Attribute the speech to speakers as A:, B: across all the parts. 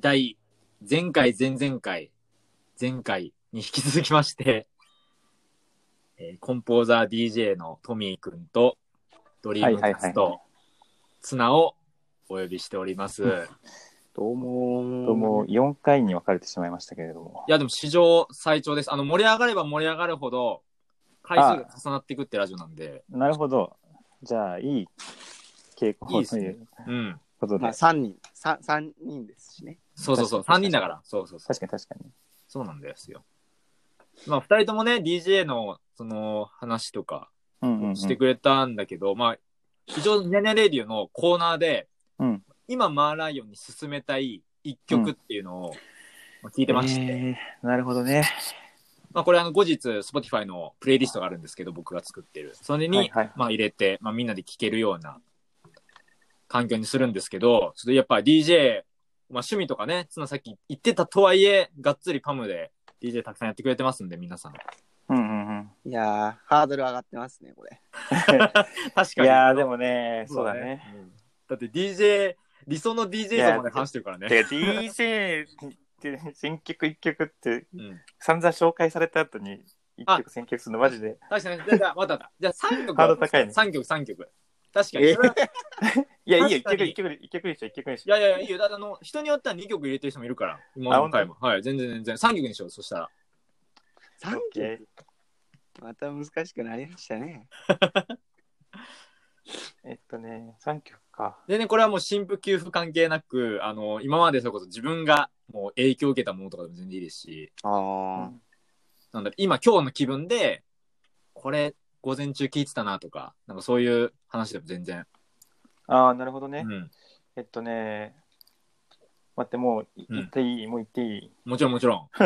A: 第、前回、前々回、前回に引き続きまして、えーコンポーザー DJ のトミーくんと、ドリームキャス
B: はい
A: ト、ツナをお呼びしております。い
C: どうも
B: どうも、4回に分かれてしまいましたけれども。
A: や、でも史上最長です。あの、盛り上がれば盛り上がるほど、回数が重なっていくってラジオなんで、
B: なるほど。じゃあ、いい傾向
A: いいです
B: と
A: ね
B: いう
A: うん。
B: ことで。
C: まあ、3人、三三人ですしね。
A: そうそうそう、
B: 確か
A: 3
B: に
A: 人だから。そうそうそう。
B: 確かに確かに。
A: そうなんですよ。まあ、二人ともね、DJ の、その、話とか
B: うんうん、うん。
A: してくれたんだけど、まあ、非常にニャニャレディオのコーナーで、
B: うん
A: 今、マーライオンに勧めたい一曲っていうのをまあ聞いてまして、
B: えーなるほどね。
A: まあ、これ、あの、後日、Spotify のプレイリストがあるんですけど、僕が作ってる。それに、
B: はいはい
A: まあ、入れて、まあ、みんなで聴けるような環境にするんですけど、ちょっとやっぱ DJ、まあ、趣味とかね、つなさっき言ってたとはいえ、がっつりパムで DJ たくさんやってくれてますんで、皆さん。
B: うんうんうん。
C: いやー、ハードル上がってますね、これ。
A: 確
B: い
A: かに。
B: やー、でもね、そうだね。
A: うん。だって DJ、理想の DJ 像まで話してるからね。
B: てか DJ って選曲一曲って
A: うん。
B: 散々紹介された後に一
A: あ
B: 曲選曲するのマジで。
A: 確かに。じゃあじゃあ、まただ。じゃあ3曲。
B: ハードル高いね
A: 3曲、3曲。確かに。
C: え
A: それはい
B: や、いいよ、一
A: 確か
B: 曲
A: に
B: 一曲で、一曲でしょ、一曲でし
A: い
B: ょ。
A: やいやいや、いいよ。だってあの、人によっては2曲入れてる人もいるから。今の回も。はい。全然全然。3曲にしよう。そしたら。
C: 3
B: オッケ
C: 曲また難しくなりましたね。
B: えっとね、3曲か。
A: でね、これはもう新婦給付関係なく、あの、今までそれこそ自分がもう影響を受けたものとかでも全然いいですし、
C: ああ、
A: なんだろう、今今日の気分で、これ午前中聞いてたなとか、なんかそういう話でも全然。
B: ああ、なるほどね
A: う。ん。
B: えっとね、待って、もうい
A: うん
B: 言っていい、もう言っていい。
A: もちろんもちろん。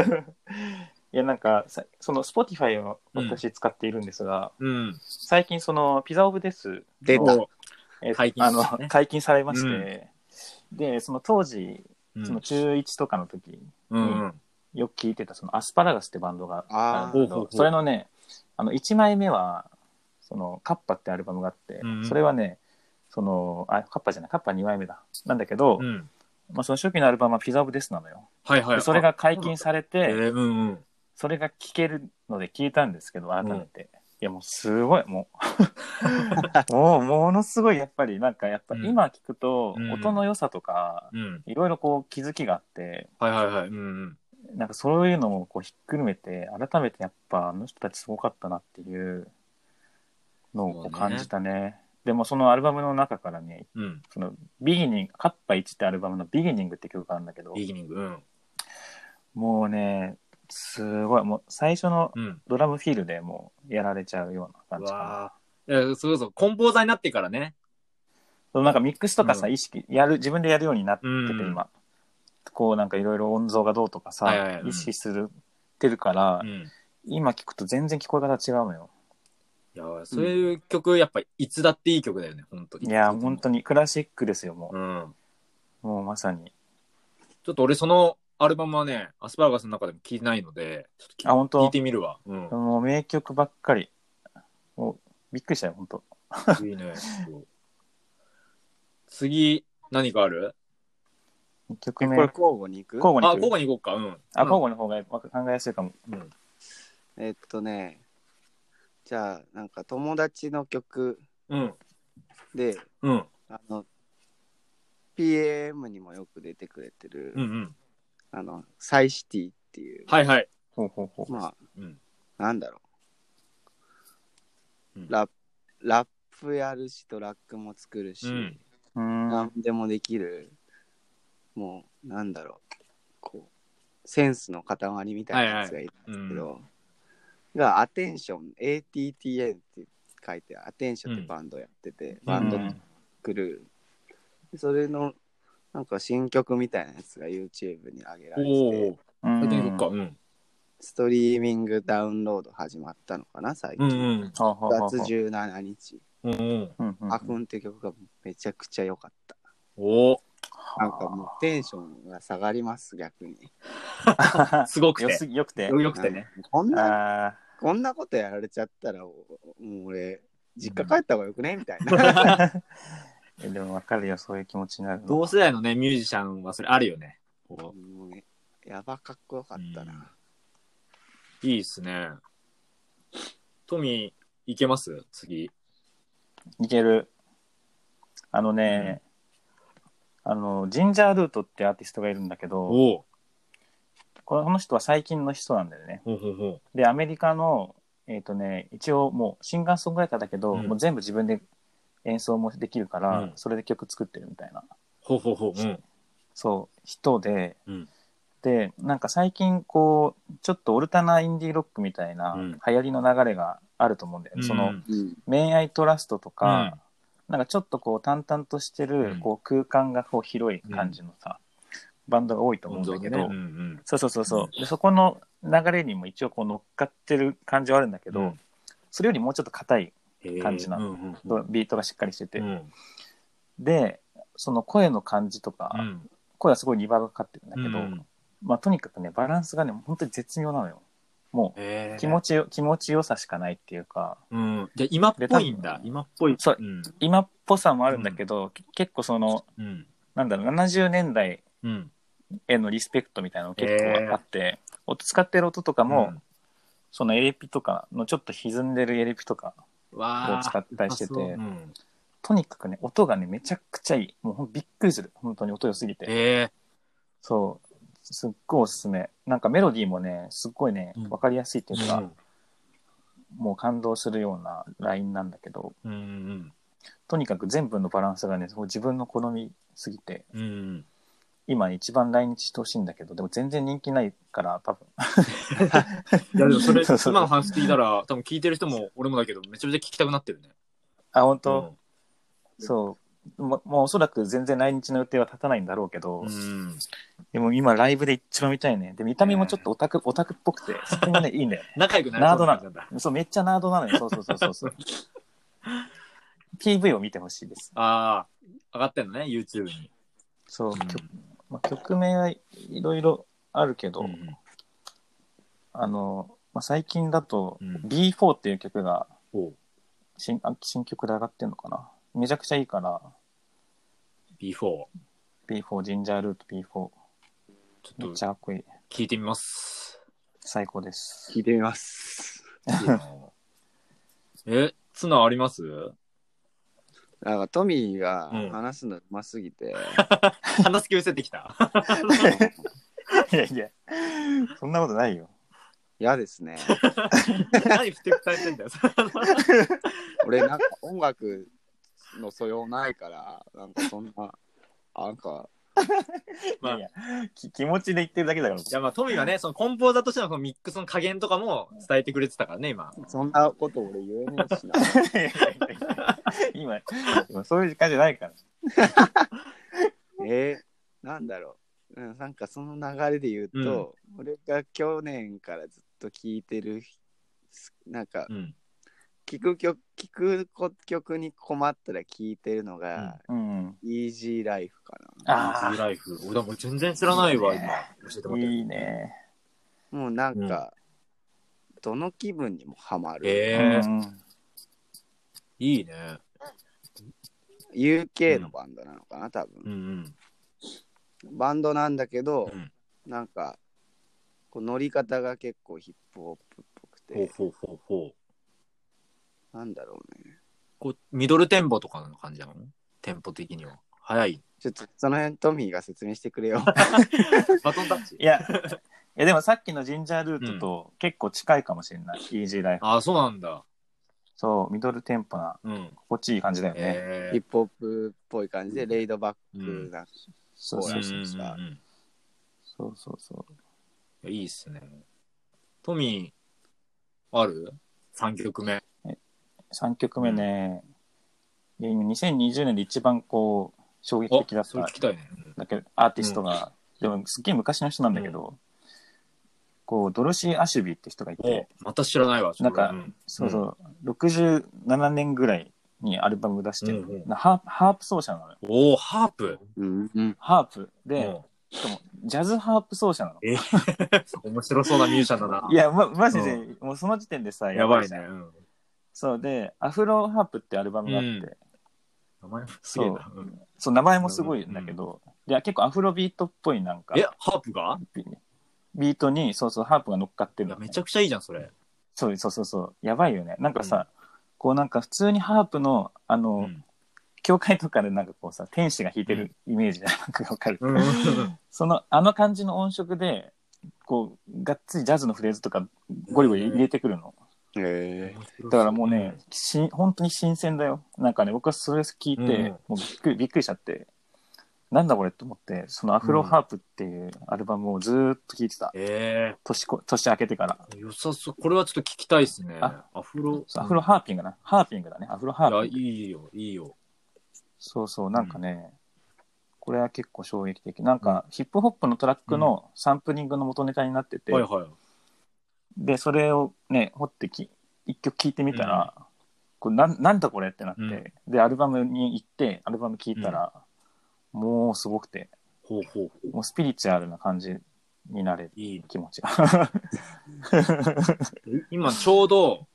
B: いや、なんか、さその Spotify を
A: うん
B: 私使っているんですが、
A: うん。
B: 最近、その、ピザオブです。
C: 出た。
A: そう
B: えっと
A: 解禁
B: あ
A: ですね
B: の解禁されまして、で、その当時、
A: う
B: その
A: ん。
B: 中1とかの時、
A: うんうん。
B: よく聞いてた、そのアスパラガスってバンドが
C: あー
B: あるんだけ
A: ほうほうほ
B: ど、
A: う
B: それのね、あの、1枚目は、その、カッパってアルバムがあって
A: うんう、ん
B: それはね、その、あ、カッパじゃない、カッパ2枚目だ。なんだけど
A: う、ん。
B: まあ、その初期のアルバムはピザオブですなのよ。
A: はいは
B: で
A: い。
B: それが解禁され
A: あ、え
B: て、
A: ー、うんうん。
B: それが聞けるので聞いたんですけど、改めて。いや、もうすごい、も う。もう、ものすごい、やっぱり、なんか、やっぱ、
A: うん
B: 今聞くと
A: うん、
B: 音の良さとか、
A: うん。
B: いろいろこう、気づきがあって、
A: はいはいはい。うんうん。
B: なんかそういうのもこう、ひっくるめて、改めて、やっぱ、あの人たちすごかったなっていうのをこ
A: そううね
B: 感じたね。でも、そのアルバムの中からね、
A: うん。
B: その、ビギニング、カッパ1ってアルバムのビギニングって曲があるんだけど、
A: ビギニング。うん。
B: もうね、すごい、もう、最初の
A: うん。
B: ドラムフィールでもうやられちゃうような
A: う
B: 感じかな。
A: わぁ。いや、それこそ、コンポーザーになってからね。
B: そのなんかミックスとかさ、
A: う
B: 意識、やる、自分でやるようになってて、
A: うん
B: 今。こうなんかいろいろ音像がどうとかさ、
A: はいはいはいうん
B: 意識するってるから、
A: うん。い
B: 今聞くと全然聞こえ方違うのよ。
A: や、そういう曲、やっぱ、いつだっていい曲だよね、ほんと。
B: いや、本当にクラシックですよ、も
A: うん。
B: う。もうまさに。
A: ちょっと俺、そのアルバムはね、アスパラガスの中でも聞いてないので、ちょっと聞い
B: あ、本
A: 聞い
B: 当
A: てみるわ。うん。
B: もう名曲ばっかり。もうびっくりしたよ、本当
A: いいね。そう次、何かある
B: 2曲
C: こ
B: 目。
C: れ
B: 交
C: 交互に行く
B: 互に
A: あ、
B: 行
A: 午
B: く。
A: 後に行こうか。うん。
B: あ、交互の方がわか考えやすいかも。
A: うん。うん
C: えっとね、じゃあ、なんか友達の曲
A: うん。
C: で、
A: うん。
C: あの、PM にもよく出てくれてる、
A: うん。うん。
C: あの、サイシティっていう、
A: はいはい。
B: ほうほうほう。
C: まあ、
A: うん。
C: なんだろう、
A: うん
C: ラップラップやるしトラックも作るし、
A: うん
B: うーん。
C: 何でもできるもうなんだろうこうセンスの塊みたいなやつがいる
A: うん
C: け
A: ん
C: ど、がアテンション ATTN って書いてアテンションってバンドやってて、バンド
B: うん
C: 作る、それのなんか新曲みたいなやつが YouTube に上げられ
A: お
C: てて
A: お。先に行こっか。うん。
C: ストリーミングダウンロード始まったのかな最
A: う
C: 近、
A: んうん。
B: はあはあはあ
C: 9月17日、
A: うんうん。
B: うんうん
C: アフンって曲がめちゃくちゃ良かった。
A: おお。
C: なんかもうテンションが下がります、逆に。
A: すごく
B: よ
A: て。
B: すぎよくて。
A: よくてね。
C: こんな、
B: あ
C: こんなことやられちゃったら、もう俺、実家帰った方がよくねみたいな。
B: あ。でもわかるよ、そういう気持ちになるの。
A: 同世代のね、ミュージシャンはそれあるよね。こ
C: もうねやばかっこよかったな。
A: ういいっすね。トミー、いけます次。
B: いける。あのね、あの、ジンジャールートってアーティストがいるんだけど、
A: おお
B: この人は最近の人なんだよね。
A: ほうほうほ
B: で、アメリカの、えっ、とね、一応もうシンガーソングライターだけど、
A: うん
B: もう全部自分で演奏もできるから、
A: うん
B: それで曲作ってるみたいな、
A: う。ほうほうほう。うん。
B: そう、人で、
A: うん
B: で、なんか最近こう、ちょっとオルタナインディーロックみたいな
A: うん
B: 流行りの流れがあると思うんだよね。その、
C: うん。
B: 恋愛トラストとか、なんかちょっとこう淡々としてる、
A: うん
B: こう空間がこう広い感じのさ、バンドが多いと思うんだけど、
A: うんうん
B: そうそうそうそうでそこの流れにも一応こう乗っかってる感じはあるんだけど、
A: うん
B: それよりもうちょっと硬い
A: へえ
B: 感じなの
A: うんうんうん
B: ビートがしっかりしてて、
A: うん
B: でその声の感じとか、
A: うん
B: 声はすごいリバーブがかかってるんだけど、
A: うん
B: まあ、とにかくねバランスがね本当に絶妙なのよも
A: へえ
B: う気持ちよ気持ちよさしかないっていうか
A: うん。で、今っぽいんだ。
B: で多分
A: 今っぽい。
B: そう
A: うん。
B: 今っぽさもあるんだけど、け結構その
A: うん。
B: なんだろう70年代
A: うん。
B: へのリスペクトみたいなの結
A: へー
B: 構あって、音使ってる音とかも、
A: うん
B: そのエレピとかのちょっと歪んでるエレピとかを
A: わ
B: 使
A: あ。
B: ったりして
A: あ
B: て、
A: そううん
B: とにかくね音がねめちゃくちゃいいもうほんびっくりする本当に音良すぎて
A: へえ。
B: そうすっごいおすすめなんかメロディーもねすっごいね
A: うん
B: 分かりやすいっていうか、
A: うん
B: もう感動するようなラインなんだけど
A: うんうん
B: とにかく全部のバランスがねそう自分の好みすぎて
A: うんうん。
B: 今一番来日してほしいんだけどでも全然人気ないから多分
A: いやでもそれ、
B: そうそう
A: 今の話聞いたら、多分聞いてる人も俺もだけど、めちゃめちゃ聞きたくなってるね。
B: あ本当、そう。ももうおそらく全然来日の予定は立たないんだろうけど、
A: うん。うん
B: でも今ライブで一番見たいね。で、見た目もちょっとオタク、オタクっぽくて、そこもね、いいんだよね。
A: 仲良くな
B: ナードな
A: なんだ。
B: そう、めっちゃナードなのよ。そうそうそうそうそう。PV を見てほしいです。
A: ああ、上がってんのね、YouTube に。う
B: そう、
A: ん
B: 曲まあ、曲名はいろいろあるけど、
A: うん
B: あの、まあ、最近だと、
A: うん
B: B4 っていう曲が
A: おう
B: 新あ新曲で上がってるのかな。めちゃくちゃいいから、
A: B4。ちょ
B: B4、ジンジャールート B4。めっ
A: っ
B: ち
A: と
B: ゃかっこいい。
A: 聞いてみます。
B: 最高です。
C: 聞いてみます。
A: いいなえ、ツナあります
C: なんかトミーが
A: うん
C: 話すのうます ぎて、
A: 話す気失せてきた。
B: いや いや、そんなことないよ。
C: 嫌ですね。
A: 何ふてくされてんだよ。
C: 俺なんか音楽の素養ないから、なんかそんな、なんか、
A: まあ
B: いやいやき気持ちで言ってるだけだから。
A: いやまあトミーはね、そのコンポーザーとしてのこのミックスの加減とかも伝えてくれてたからね、今。
C: そんなこと俺言えねえしな。
B: 今、今そういう時間じゃないから。
C: えー、なんだろう、うん、なんかその流れで言うと、俺が去年からずっと聴いてるすなんか
A: うん。
C: 聴く曲聴く曲に困ったら聴いてるのが、
B: うん。
C: イージーライフか
A: イ
B: あ
A: ージーライフ。俺だもう全然知らないわ、
B: いい
A: 今
B: ね。
A: 教えて
B: あ、
A: もらって。
B: いいね。
C: なもうなんか、どの気分にもハマる、
A: えー
B: うん
A: いいね。
C: UK のバンドなのかな多
A: う
C: 分、
A: ん
C: バンドなんだけど
A: う、ん。
C: なんかこう乗り方が結構ヒップホップっぽく
A: ほう
C: て
A: ほうほうほう。
C: なんだろうね
A: こう、ミドルテンポとかの感じなのテンポ的には。早い。
C: ちょっとその辺トミーが説明してくれよ
A: バトンタッチ
B: い や、いやでもさっきのジンジャールートと結構近いかもしれない。イージーライフ。
A: ああ、そうなんだ。
B: そう、ミドルテンポな、
A: うん。
B: 心地いい感じだよね。
A: え
C: ヒップホップっぽい感じで、レイドバックな、
B: そう
C: え
B: そうそう。
C: そ
B: そ
C: うそう
B: うそうそう。
A: いやいいっすね。トミー、ある ?3 曲目。
B: 3曲目ね、いや今2020年で一番こう、衝撃的だ
A: あ、
B: っ
A: それ
B: た
A: 聞きたいね。
B: だけどアーティストが、でもすっげえ昔の人なんだけど、こうドロシー・アシュビーって人がい
A: お
B: て、
A: また知らないわ、それ
B: なんか
A: うん
B: そうそう67年ぐらいにアルバム出してる、
A: うんうん
B: なハープハープ奏者なのよ
A: おおハープ。
C: うんうん、
B: ハープで、
A: うん
B: しかもジャズハープ奏者なの
A: え面白そうなミュージシャンだな。
B: いやまマジで、
A: う
B: もうその時点でさ
A: やばい
B: じ
A: ね。
B: ゃん
A: うん
B: そうでアフロハープってアルバムがあって、
A: うん名前もすげえな。うん
B: そう名前もすごいんだけど、いや、結構アフロビートっぽいなんか、
A: え、ハープが
B: ビビートに、そうそう、ハープが乗っかって
A: い
B: る
A: や
B: のね、
A: めちゃくちゃいいじゃん、それ。
B: そうそうそうそう。やばいよね。なんかさ、こうなんか普通にハープの、あの、
A: うん。
B: 教会とかでなんかこうさ、天使が弾いてるイメージがなんかわかる。
A: うん
B: その、あの感じの音色で、こう、がっつりジャズのフレーズとか、ゴリゴリ入れてくるの。
C: へえ
B: だからもうね、、し本当に新鮮だよ。なんかね、僕はそれ聞いて、
A: うん
B: もうびっくりびっくりしちゃって、なんだこれって思って、そのアフロハープっていうアルバムをずーっと聴いてた。
A: え
B: 年こ年明けてから。
A: え良さそう。これはちょっと聞きたいですね。
B: あ
A: アフロ。
B: そうアフロハーピングな。ハーピングだね。アフロハー
A: い
B: ピング。
A: や、いいよ、いいよ。
B: そうそう、なんかね、これは結構衝撃的。なんか、ヒップホップのトラックのサンプリングの元ネタになってて、
A: はいはい。
B: で、それをね、掘ってき、一曲聴いてみたら、これなんなんだこれってなって、で、アルバムに行って、アルバム聴いたら、もうすごくて、
A: ほうほうほう。
B: もうスピリチュアルな感じになれる
A: いい。
B: 気持 ちが。
A: 今ちょうど、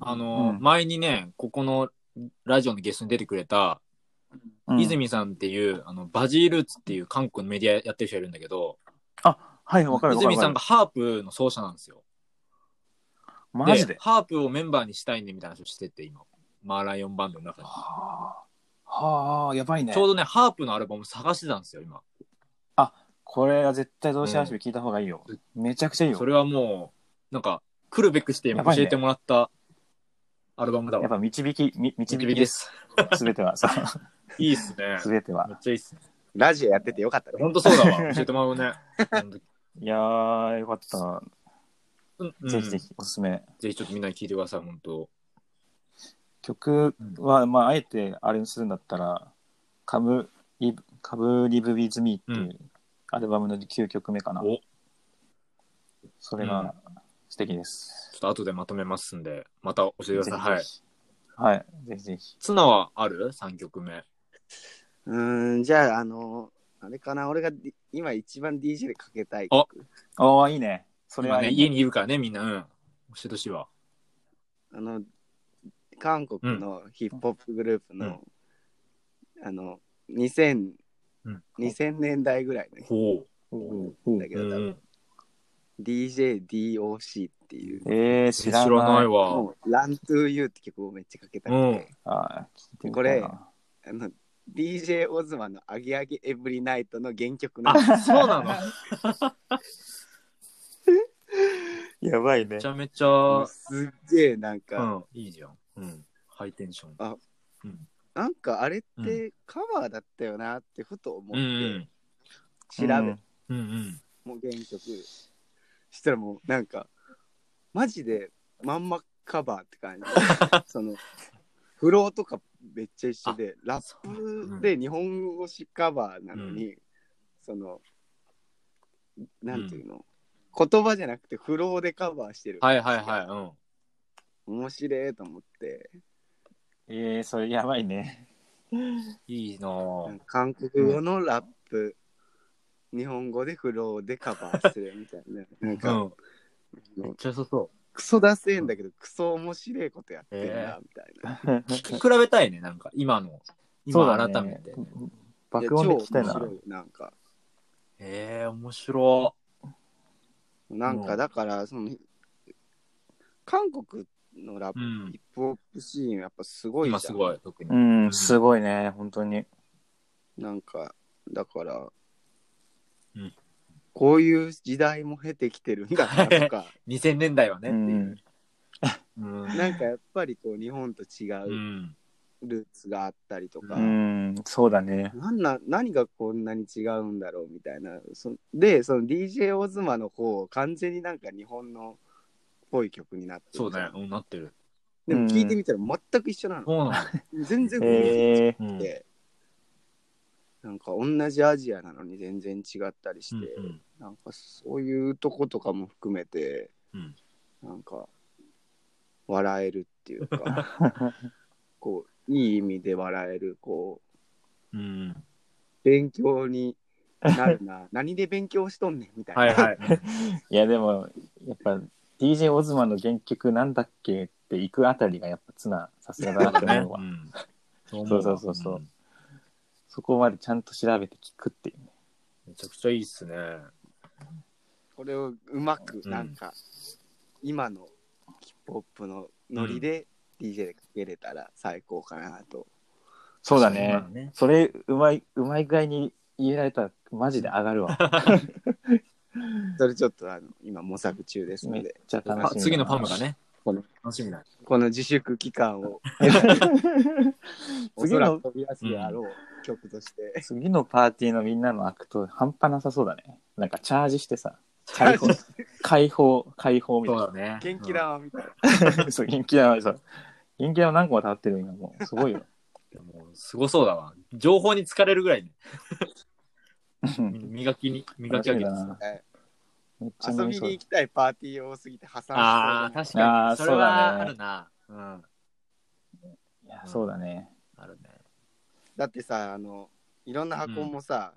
A: あの、
B: うん
A: 前にね、ここのラジオのゲストに出てくれた、
B: うん
A: 泉さんっていう、あの、バジールーツっていう韓国のメディアやってる人いるんだけど、
B: あ、はい、わかるわかる
A: 泉さ
B: わか
A: ん
B: る
A: が。ハープの奏者なんですよ。
B: マジで
A: ハープをメンバーにしたいねみたいな話をしてて、今。マーライオンバンドの中に。
B: はあ、はあ、やばいね。
A: ちょうどね、ハープのアルバム探してたんですよ、今。
B: これは絶対同志話を聞いた方がいいよ。めちゃくちゃいいよ
A: そ。れはもう、なんか、来るべくして今
B: やばい
A: 教
B: ね
A: えてもらったアルバムだ
B: やっ
A: わ。
B: ぱ導き、み導き
A: 導き
B: で。
A: ですす。
B: すべては、 そう
A: いいっすね。
B: すべては
A: め。っちゃいいっすね。
C: ラジオやっててよかったね
A: ほんとそうだ わ。教えてもらうね。ほんと
B: いやー、よかった。
A: うんうん
B: ぜひぜひおすすめ。
A: ぜひちょっとみんなに聞いてください、本当。
B: 曲は、まあ、あえてあれにするんだったら、カムリブ、カブリブ・ウィズ・ミーっていううアルバムの9曲目かな。
A: お
B: それが素敵です。
A: ちょっと後でまとめますんで、また教えてください。はい。
B: はい。はい。ぜひぜひ。
A: ツナはある ?3 曲目。
C: うーんじゃああのあれかな俺がディ今一番 DJ でかけたい
A: あ
C: 曲
B: おー、いいね。それ
A: 今
B: は
A: ね、
B: いい
A: 家にいるからね、みんな。うん。教えてほしいわ。
C: あの韓国のヒップホップグループの、あの2000、
A: うん
C: 2000年代ぐらいの人
A: ほ
B: うん
C: だけ
A: う。
C: ど、多
A: う
C: 分
A: ん。
C: DJDOC っていう、
B: えー、
A: 知
B: 知
A: ら
B: らない。
A: ないわ。
C: もう Run to You って曲をめっちゃかけたくて、
B: あー聞いてみたいな
C: これあの DJ オズマの「アゲアゲエブリナイト」の原曲の
A: あ、そうなのめ
B: やばいね
A: ち。ゃめちゃ、
C: すっげえなんか、
A: うん。いいじゃん。うん。ハイテンション。
C: なんかあれってカバーだったよなってふと思っ
A: う
C: て
A: ん。
C: 調べて、
A: うんうん。
C: もう原曲したらもうなんかマジでまんまカバーって感じ そのフローとかめっちゃ一緒でラ
A: そ
C: ップで日本語詞カバーなのに、そのなんていうの、言葉じゃなくてフローでカバーしてる、
A: はいはいはい。うん。
C: 面白いと思って
B: えー、それやばいね。
A: いいなぁ。
C: 韓国語のラップ、日本語でフローでカバーするみたいななん
A: う
C: か、
A: ん。めっちゃ良さそう。
C: クソ出せんだけどクソ面白いことやってん
A: え
C: なみたいな。
A: 聞き比べたいね、なんか、今の。今
B: だね
A: 改めて。。
B: 爆音で聞きたい
C: や
B: な
C: 超。面白いなんか、
A: ええ、面白
C: なん
A: う
C: か
A: ん
C: だから、その、韓国のラッ
A: い。う
C: プ、
A: ん
C: ヒ。ップホップシーンやっぱすごいじゃ
A: 今
C: ん
A: すごい、特に
B: う。ん、すごいね、本当に。
C: なんか、だから、
A: うん
C: こういう時代も経てきてるんだな とか、
A: 2000年代はね
B: う
A: ってい
B: ん
A: う。、うん。
C: なんかやっぱりこう、日本と違
A: う。
C: うんルーツがあったりとか、
B: うん、そうだね。
C: なんな何がこんなに違うんだろうみたいなそでその DJ オズマの方完全になんか日本のっぽい曲になってる
A: そうだよ、うんなってる。
C: でも聞いてみたら全く一緒なの、
A: そうな
C: 全然
B: えー、
A: の。うん
C: で、なんか同じアジアなのに全然違ったりして、
A: うん
C: なんかそういうとことかも含めて、
A: うん
C: なんか笑えるっていうかこういい意味で笑えるこう
A: うん。うん
C: 勉強になるな何で勉強しとんねんみたいな、
A: はいはい。
B: いや、でも、やっぱ、DJ オズマの原曲なんだっけって行くあたりがやっぱツナ、さすがだなって
A: ね
B: 思うわ。
A: うん
B: そうそうそうそうそこまでちゃんと調べて聞くっていうね。
A: めちゃくちゃいいっすね。
C: これをうまく、
A: うん
C: なんか、今のヒップホップのノリで DJ でかけれたら最高かなと。
B: そうだ
A: そう
B: ね
A: だね。
B: それ、うまい、うまい具合に言えられたら、マジで上がるわ。
C: それちょっとあの今模索中です
B: め
C: の
B: っ
C: で、
B: ちゃ楽しみだな
A: パ次のパムが。ね
C: この、
A: 楽しみだ。
C: この自粛期間 を、お
B: 次
C: そら
B: の
C: く、飛び出すであろう曲として。
B: 次のパーティーのみんなの悪と半端なさそうだね。なんかチャージしてさ、解 放、解放、解放みたい
A: そうだ
B: な。
A: ね。
C: 元気だーみたいな。
B: そう、元気玉、そう。元気玉何個も立ってる今もう。すごいよ。
A: うん。もうすごそうだわ。情報に疲れるぐらいね。
B: うん
A: 磨きに、磨き上げてさ。
C: はい
B: めっちゃ
C: 遊
B: 飲み
C: び
B: そう
C: に行きたいパーティー多すぎて破産しそう
A: ああ、確か
B: あ
A: に。
B: ー
A: それ
B: そう
A: は
B: だ
A: あ
B: ね
A: るな。うん。
B: いやそうだね。
A: あるね。
C: だってさ、あの、いろんな箱もさ、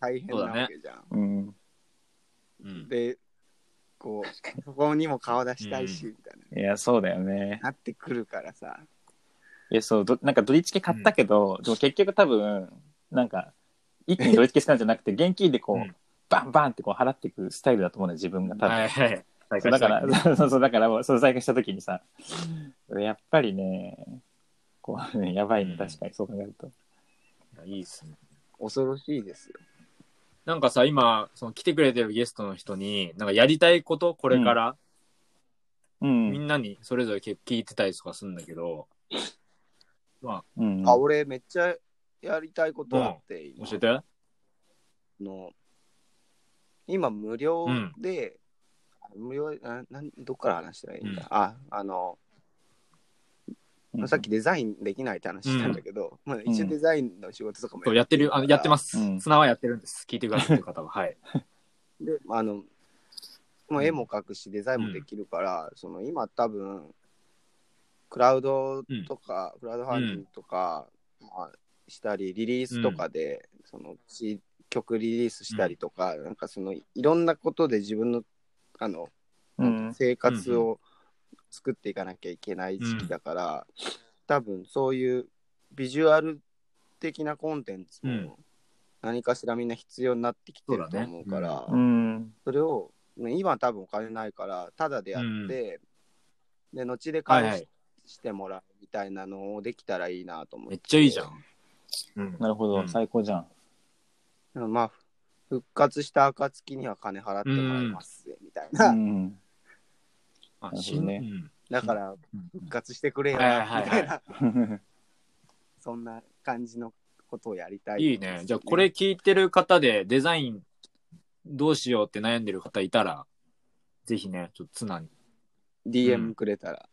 C: 大変なわけじゃん。
B: うん。
A: うん。
C: で、こう、そこにも顔出したいし、みたいな、
B: いや、そうだよね。
C: なってくるからさ。
B: いや、そう、どなんか、どりチケ買ったけど、でも結局多分、なんか、一気にどりチケしたんじゃな くて、現金でこう、
A: うん
B: バンバンってこう払っていくスタイルだと思うね、自分が多分。
A: はいはい。
B: そうだから、 そうそう、だから、その再開した時にさ、やっぱりね、こうね、やばいね、確かに、そう考えると。
A: いいっすね。
C: 恐ろしいですよ。
A: なんかさ、今、その来てくれてるゲストの人に、なんかやりたいこと、これから、
B: う
A: み
B: ん。
A: んなにそれぞれ結構聞いてたりとかするんだけど、
B: うん。
C: あ、俺めっちゃやりたいことあって、今
A: 教えて
C: あの今無料
A: うん
C: で、無料ななんどっから話したらいいんだ、ああ
B: うん
C: の、さっき、デザインできないって話したんだけど、まあ、一応デザインの仕事とかも
A: そうやってる、あのやってますす
B: う。ん
A: 綱はやってるんです。聞いてくださってる方は。はい。
C: であのもう絵も描くしデザインもできるから、その今多分クラウドとか、クラウドファンディングとか、まあ、したりリリースとかで、そのし曲リリースしたりとか、なんかそのいろんなことで自分のあの
B: うん。
C: 生活を作っていかなきゃいけない時期だから、多分そういうビジュアル的なコンテンツ
A: うん
C: も何かしらみんな必要になってきてると思うから、
A: そうだね
C: そ
B: うん。
C: れをね今多分お金ないからタダでやって、で後で返し,、
A: はいはい
C: てもらうみたいなのをできたらいいなと思って
A: めっちゃいいじゃん。うん。
B: なるほ
A: う
B: ど、
A: ん
B: 最高じゃ ん。
C: でもまあ復活した暁には金払ってもらいますぜみたいうな、
B: ん。
A: あ
B: なるほ、ど
A: しん
B: ね
A: うん
C: だから
A: うん
C: 復活してくれよみ
A: はいはいはい
C: たいなそんな感じのことをやりたい、
A: いいね。じゃあ、これ、聞いてる方でデザインどうしようって悩んでる方いたら、ぜひね、ちょっと綱に。
C: DM くれたら、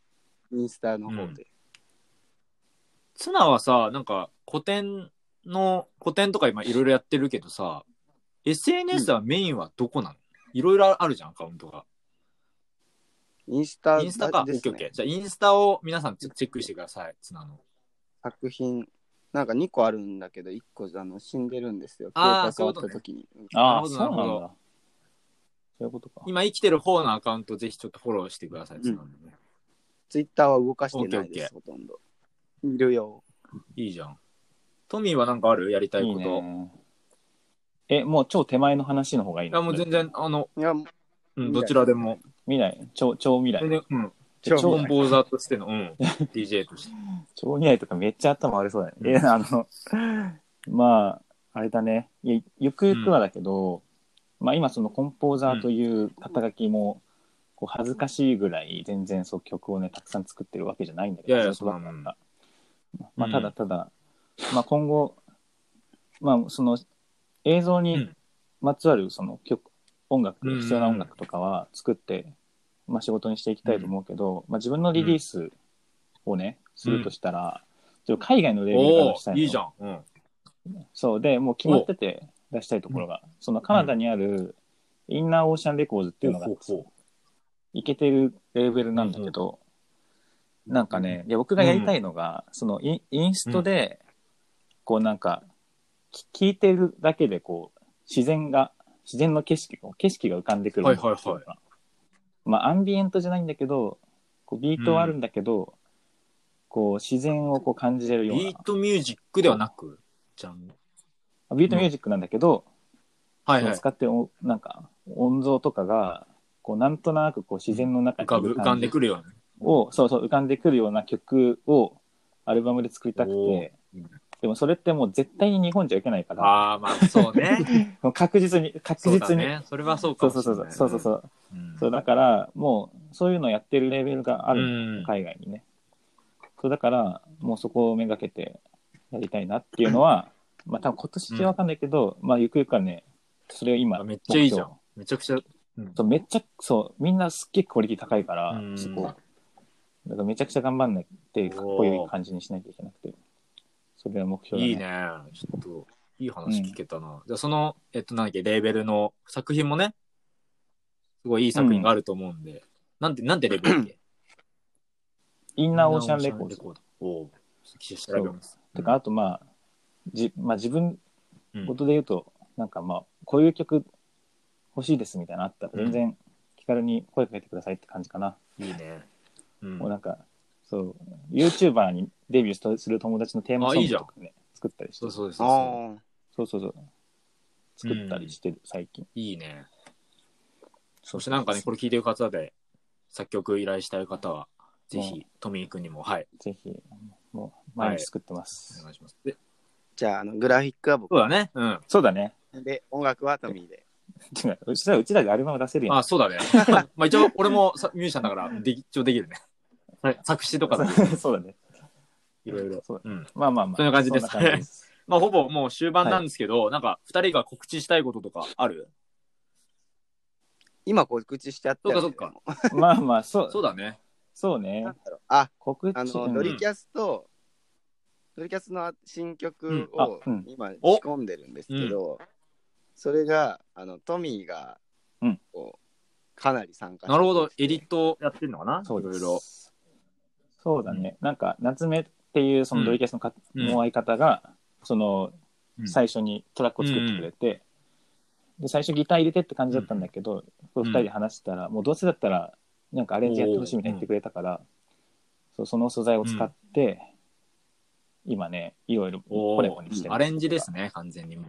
C: インスタの方で。
A: 綱はさ、なんか古典の、古典とか今いろいろやってるけどさ、SNS はメインはどこなのいろいろあるじゃん、アカウントが。
C: インスタ
A: インスタか。オ
C: で
A: ッケ
C: す
A: ーオッケ
C: ね
A: ー。。じゃあ、インスタを皆さんチェチェックしてください、綱の。
C: 作品、なんか2個あるんだけど、1個あの死んでるんですよ。
A: あー
C: 携帯変わった時に。うん
A: なる
B: あ
A: ほ
B: あ、
A: ど
B: そう
A: な
B: な
A: る
B: ん
A: ほど
B: だ。そういうことか。
A: 今生きてる方のアカウントぜひちょっとフォローしてください、綱のね。
C: ツイッターは動かしてないです、
A: オ
C: ほとんど。いるよ。
A: いいじゃん。トミーはなんかあるやりたい
B: い
A: こ
B: い
A: と。い
B: ね。え、もう超手前の話の方がいいの
A: や、もう全然、あの、
C: いや、
A: うん、
C: 未来
A: どちらでも。
B: 未来、超、超未
A: 全
B: 来。
A: 然、うん。
C: 超
A: 超
C: 未
A: ン
C: 来
A: ボーザーとしての、 うん。DJ として。
B: 超未来とかめっちゃ頭悪そうだ
A: うん
B: ね。え、あの、 まあ、あれだね。いや、ゆくゆくはだけど、まあ今そのコンポーザーという肩書きも、こう恥ずかしいぐらい全然そう曲をね、たくさん作ってるわけじゃないんだけど、
A: いやいや
B: そうだった
A: そん
B: ん
A: な
B: だ。まあただただ、まあ今後、まあその映像
A: う
B: に
A: ん
B: まつわるその曲、音楽、
A: うん
B: 必要な音楽とかは作って、まあ仕事にしていきたいと思うけど、まあ自分のリリースをね、するとしたら、ちょっと海外のレベルから
A: お
B: 出したい
A: ー
B: のよ
A: いいじゃん。うん。
B: そうでもう決まってて出したいところがそのカナダにあるインナーオーシャンレコーズっていうのが
A: ほうほうほ
B: いけてるレーベルなんだけど、なんかねいや僕がやりたいのが、そのインインストでこうなんか聞いてるだけでこう自然が自然の景色が景色が浮かんでくる
A: はいはいはい
B: まあアンビエントじゃないんだけどこうビートはあるんだけど、こう自然をこう感じれる
A: う
B: ような
A: ビートミュージックではなく、じゃん。
B: ビートミュージックなんだけど、
A: はいはい。
B: 使っておなんか音像とかがこうなんとなくこう自然の
A: 浮
B: 中に
A: かぶ、浮かんでくるよ
B: をそうそう浮かんでくるような曲をアルバムで作りたく
A: おー
B: て、でもそれってもう絶対に日本じゃいけないか
A: な。
B: ら
A: ああ、まあ、そう ね。
B: もう確実に確
A: そうだ
B: 実に
A: ね。それはそう
B: そ
A: か
B: う
A: も
B: そう
A: し
B: そ
A: れない。
B: うそうそうそうそう
A: うん。
B: そうだからもうそういうのやってるレベルがあ
A: う
B: る、
A: ん。
B: 海外にねそうだからもうそこをめがけてやりたいなっていうのは、まあ多分今年はわかんないけど、まあゆくゆくはねそれを今
A: あめっちゃいいじゃん。
B: 目標
A: めちゃくちゃ。うん
B: そうめっちゃそうみんなすっげえクオリティ高いから、
A: うん
B: そこだからめちゃくちゃ頑張んないってかっこいい感じにしなきゃいけなくてそれは目標だ、ね、
A: いいね。ちょっと、いい話聞けたな。じゃあその、えっと、なんだっけ、レーベルの作品もね、すごいいい作品があると思うんで、なんて、なんてレーベルだっけ
B: インナーオーシャンレコ
A: インナーオーシャンレ
B: ード
A: コード。おうちょっと調べます。
B: とか、あとまあじ、まあ、自分
A: うん
B: 事で言うと、なんかまあこういう曲欲しいですみたいなのあったら全然気軽に声かけてくださいって感じかな、
A: いいね。うん
B: もうなんかそう YouTuber にデビューする友達のテーマソ
A: あい
B: ン
A: い
B: グ
A: じゃん
B: とかね作ったりして
A: そうそうです。そう
C: ああ。
B: そうそうそう作ったりしてる、最近
A: いいね。
B: そ
A: そしてなんかね、これ聞いてる方で、作曲依頼したい方は、ぜひ、トミーくんにも、はい、
B: ぜひもう毎日作ってます、
A: お願いします。で
C: じゃあ、あの、グラフィックは僕
A: そうだね。うん。
B: そうだね
C: で、音楽はトミーで。
B: 違ううちらうちらがアルバム出せるやん
A: あ、そうだね。 まあ一応、俺もさミュージシャンだから、でき一応できるね。はい作詞とか、
B: そうだね
A: いろいろ。
B: そう
A: うん。
B: まあまあまあ
A: そんな感じです
B: そんな感 じです
A: まあ、ほぼもう終盤なんですけど、なんか、二人が告知したいこととかある
C: 今、告知しちゃったよね
A: そっかそっ。
C: でも
B: まあまあそう
A: そうだね。
B: そうね
C: なんだろうあ、
B: 告知
C: あの、
B: うん
C: ドリキャスと、ドリキャスの新曲
B: うんあ
C: を
B: うん
C: 今仕
A: お
C: 込んでるんですけど、それが、あの、トミーが
B: うん、
C: こう、かなり参加して
A: なるほど。エディットやってんのかな
B: そう
A: い
B: で
A: ろ
B: す
A: いろ。
B: そうだね、なんか夏目っていうそのドリキャスのか、
A: うん
B: もう相方がその
A: うん
B: 最初にトラックを作ってくれて、で最初ギター入れてって感じだったんだけど、こう二人で話したら、もうどうせだったらなんかアレンジやってほしいみたいに言ってくれたから、そうその素材を使って、今ねいろいろ
A: お
B: コレコにして
A: ー
B: る
A: アレンジですね、完全にもう。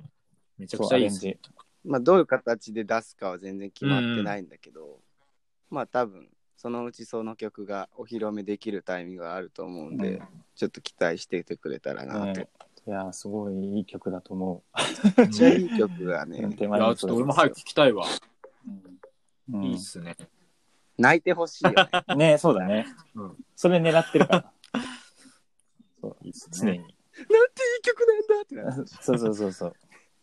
A: めちゃ
B: そ
A: く
B: う
A: ちゃ
B: ア
A: いい
B: レ
A: で
B: ン
A: す。
B: ジ
C: まあ、どういう形で出すかは全然決まってないんだけど、まあ、多分そのうちその曲がお披露目できるタイミングがあると思うんで、
B: うん
C: ちょっと期待しててくれたらなと。
B: ねいやーすごいいい曲だと思
A: め
C: めっち ゃいい曲が
B: う、
C: ね、
B: 手
A: い
B: 前
A: や、
B: 味
A: ち
B: 噌
A: ょっと
B: です
A: 俺も早く聞きたいわ。
B: うん
A: いいっすね。
C: 泣いてほしいよね。
B: ねそうだね、
A: うん
B: それ狙ってるから そう
A: いいっす
B: 常に。
C: なんていい曲なんだってなる。
B: そうそうそうそう。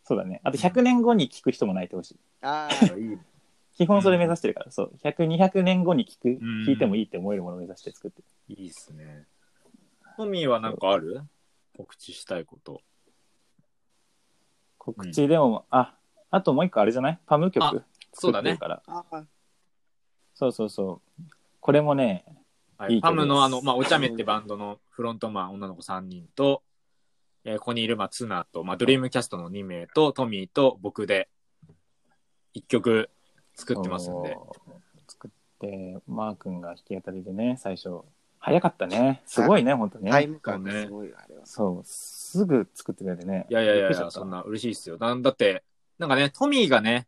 B: そうだね。あと100年後に聞く人も泣いてほしい。
C: あ
B: 基本それ目指してるから、そう。100、200年後に聞く
A: ん、
B: 聞いてもいいって思えるものを目指して作ってる。
A: いいっすね。トミーはなんかある告知したいこと。
B: 告知でも、あ、あともう一個あれじゃないパム曲
A: あ
B: 作
A: そうだ
B: って
A: ね
B: るから。
C: あ、あ
B: そうそうそう。これもね、
A: はい
B: いい曲
A: パ
B: です
A: ムのあの、まあ、お茶目ってバンドのフロントマン女の子3人と、えーここにいる、まあ、ツナと、まあ、ドリームキャストの2名と、トミーと僕で、1曲作ってますんで。
B: こう作って、マー君が弾き語りでね、最初。早かったね。すごいね、本当ね。
C: タイム感がすごいよあれは。
B: そう。すぐ作ってくれてね。
A: いやいやい
B: びっ
A: や
B: くりしちゃった
A: そんな嬉しいっすよ。なんだって、なんかね、トミーがね、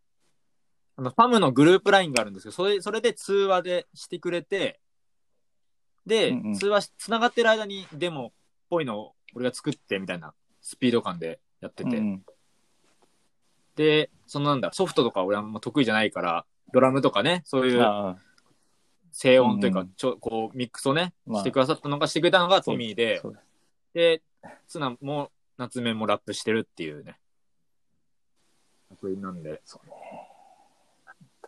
A: あの、パムのグループラインがあるんですけど、それ、それで通話でしてくれて、で、
B: うんうん
A: 通話し、つながってる間にデモっぽいのを俺が作ってみたいなスピード感でやってて。
B: うん
A: で、そのなんだ、ソフトとか俺あんま得意じゃないから、ドラムとかね、そう
B: う
A: い
B: ん。
A: う
B: ああ
A: 静音というか、
B: うんうん
A: ちょこうミックスをね、
B: まあ
A: してくださったのが、してくれたのがトミーで
B: そ、うだ
A: で、ツナも夏目もラップしてるっていうね。作品なんで。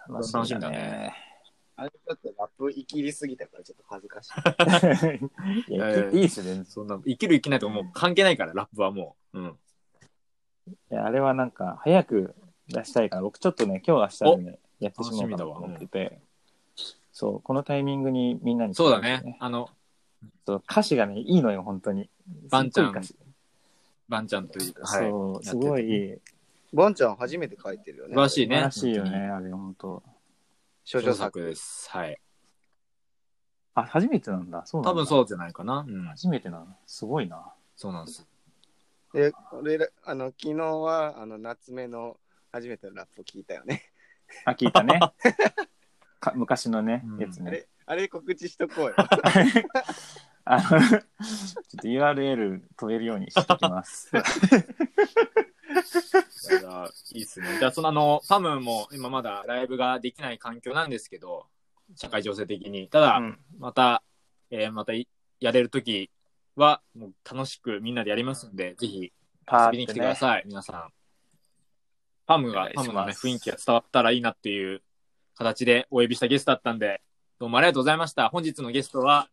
A: 楽しみだね。
C: あれちょっとラップいきりすぎたからちょっと恥ずかし い。
B: いや、聞いていいっすよ、全然。
A: そんな、生きる生きないとかもう関係ないから、ラップはもう。うん。
B: いや、あれはなんか、早く出したいから、僕ちょっとね、今日明日でね、やってしまおうかなと思ってて、そう、このタイミングにみんなに、
A: そうだね。。あの、
B: そう、歌詞がね、いいのよ、本当に。
A: バンちゃん
B: すっごい歌詞
A: バンちゃんというか、はい。
B: そう、
A: やってて
B: すごい、
C: ボンちゃん初めて書いてるよね。
A: 素晴らしい
B: 素
A: ね
B: 晴らしいよ
A: 本
B: ね、あれ、本当
C: 少
A: 著
C: 女
A: 作
C: 作
A: で
C: です。
A: す。はい。
B: あ、初めてなんだ、そうなん
A: 多
B: だ。
A: 分そうじゃないかな。うん。
B: 初めてなの。すごいな。
A: そうなんです。
C: で、俺ら、あの、昨日は、あの、夏目の、初めてのラップ聞いたよね。
B: あ、聞いた ね。か昔のね
A: う、ん
B: やつ
C: あ
B: ね。
C: れ、あれ告知しと こうよ。
B: あのちょっと URL 飛べるようにしておき ます。
A: いやいいっすね。じゃあ、そのあの、パムも今まだライブができない環境なんですけど、社会情勢的に。ただ、
B: うん
A: また、えーまたいやれるときは、もう楽しくみんなでやりますんで、ぜひ
B: パ
A: 遊びに来てください、皆さん。パム
B: お願
A: が
B: い、し
A: パ
B: ます
A: ムのね、雰囲気が伝わったらいいなっていう形でお呼びしたゲストだったんで、どうもありがとうございました。本日のゲストは、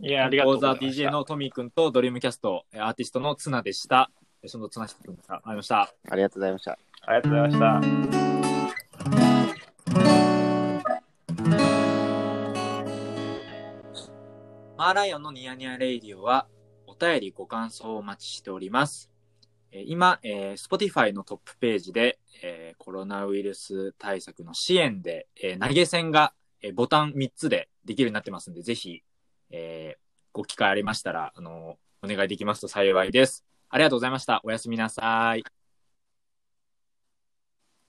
B: いや、ありがとうござい
A: オー
B: ま
A: ザー DJ
B: した。
A: のトミーくんとドリームキャスト、えーアーティストのツナでした。えーそのツナシ君でした。ありがとうございました。
C: ありがとうございました。
B: ありがとうございました。
A: マーライオンのニヤニヤレイディオはお便りご感想をお待ちしております。えー今、えー Spotify のトップページで、えーコロナウイルス対策の支援で、えー投げ銭が、えーボタン3つでできるようになってますんで、ぜひ、えーご機会ありましたら、あのーお願いできますと幸いです。ありがとうございました。おやすみなさい。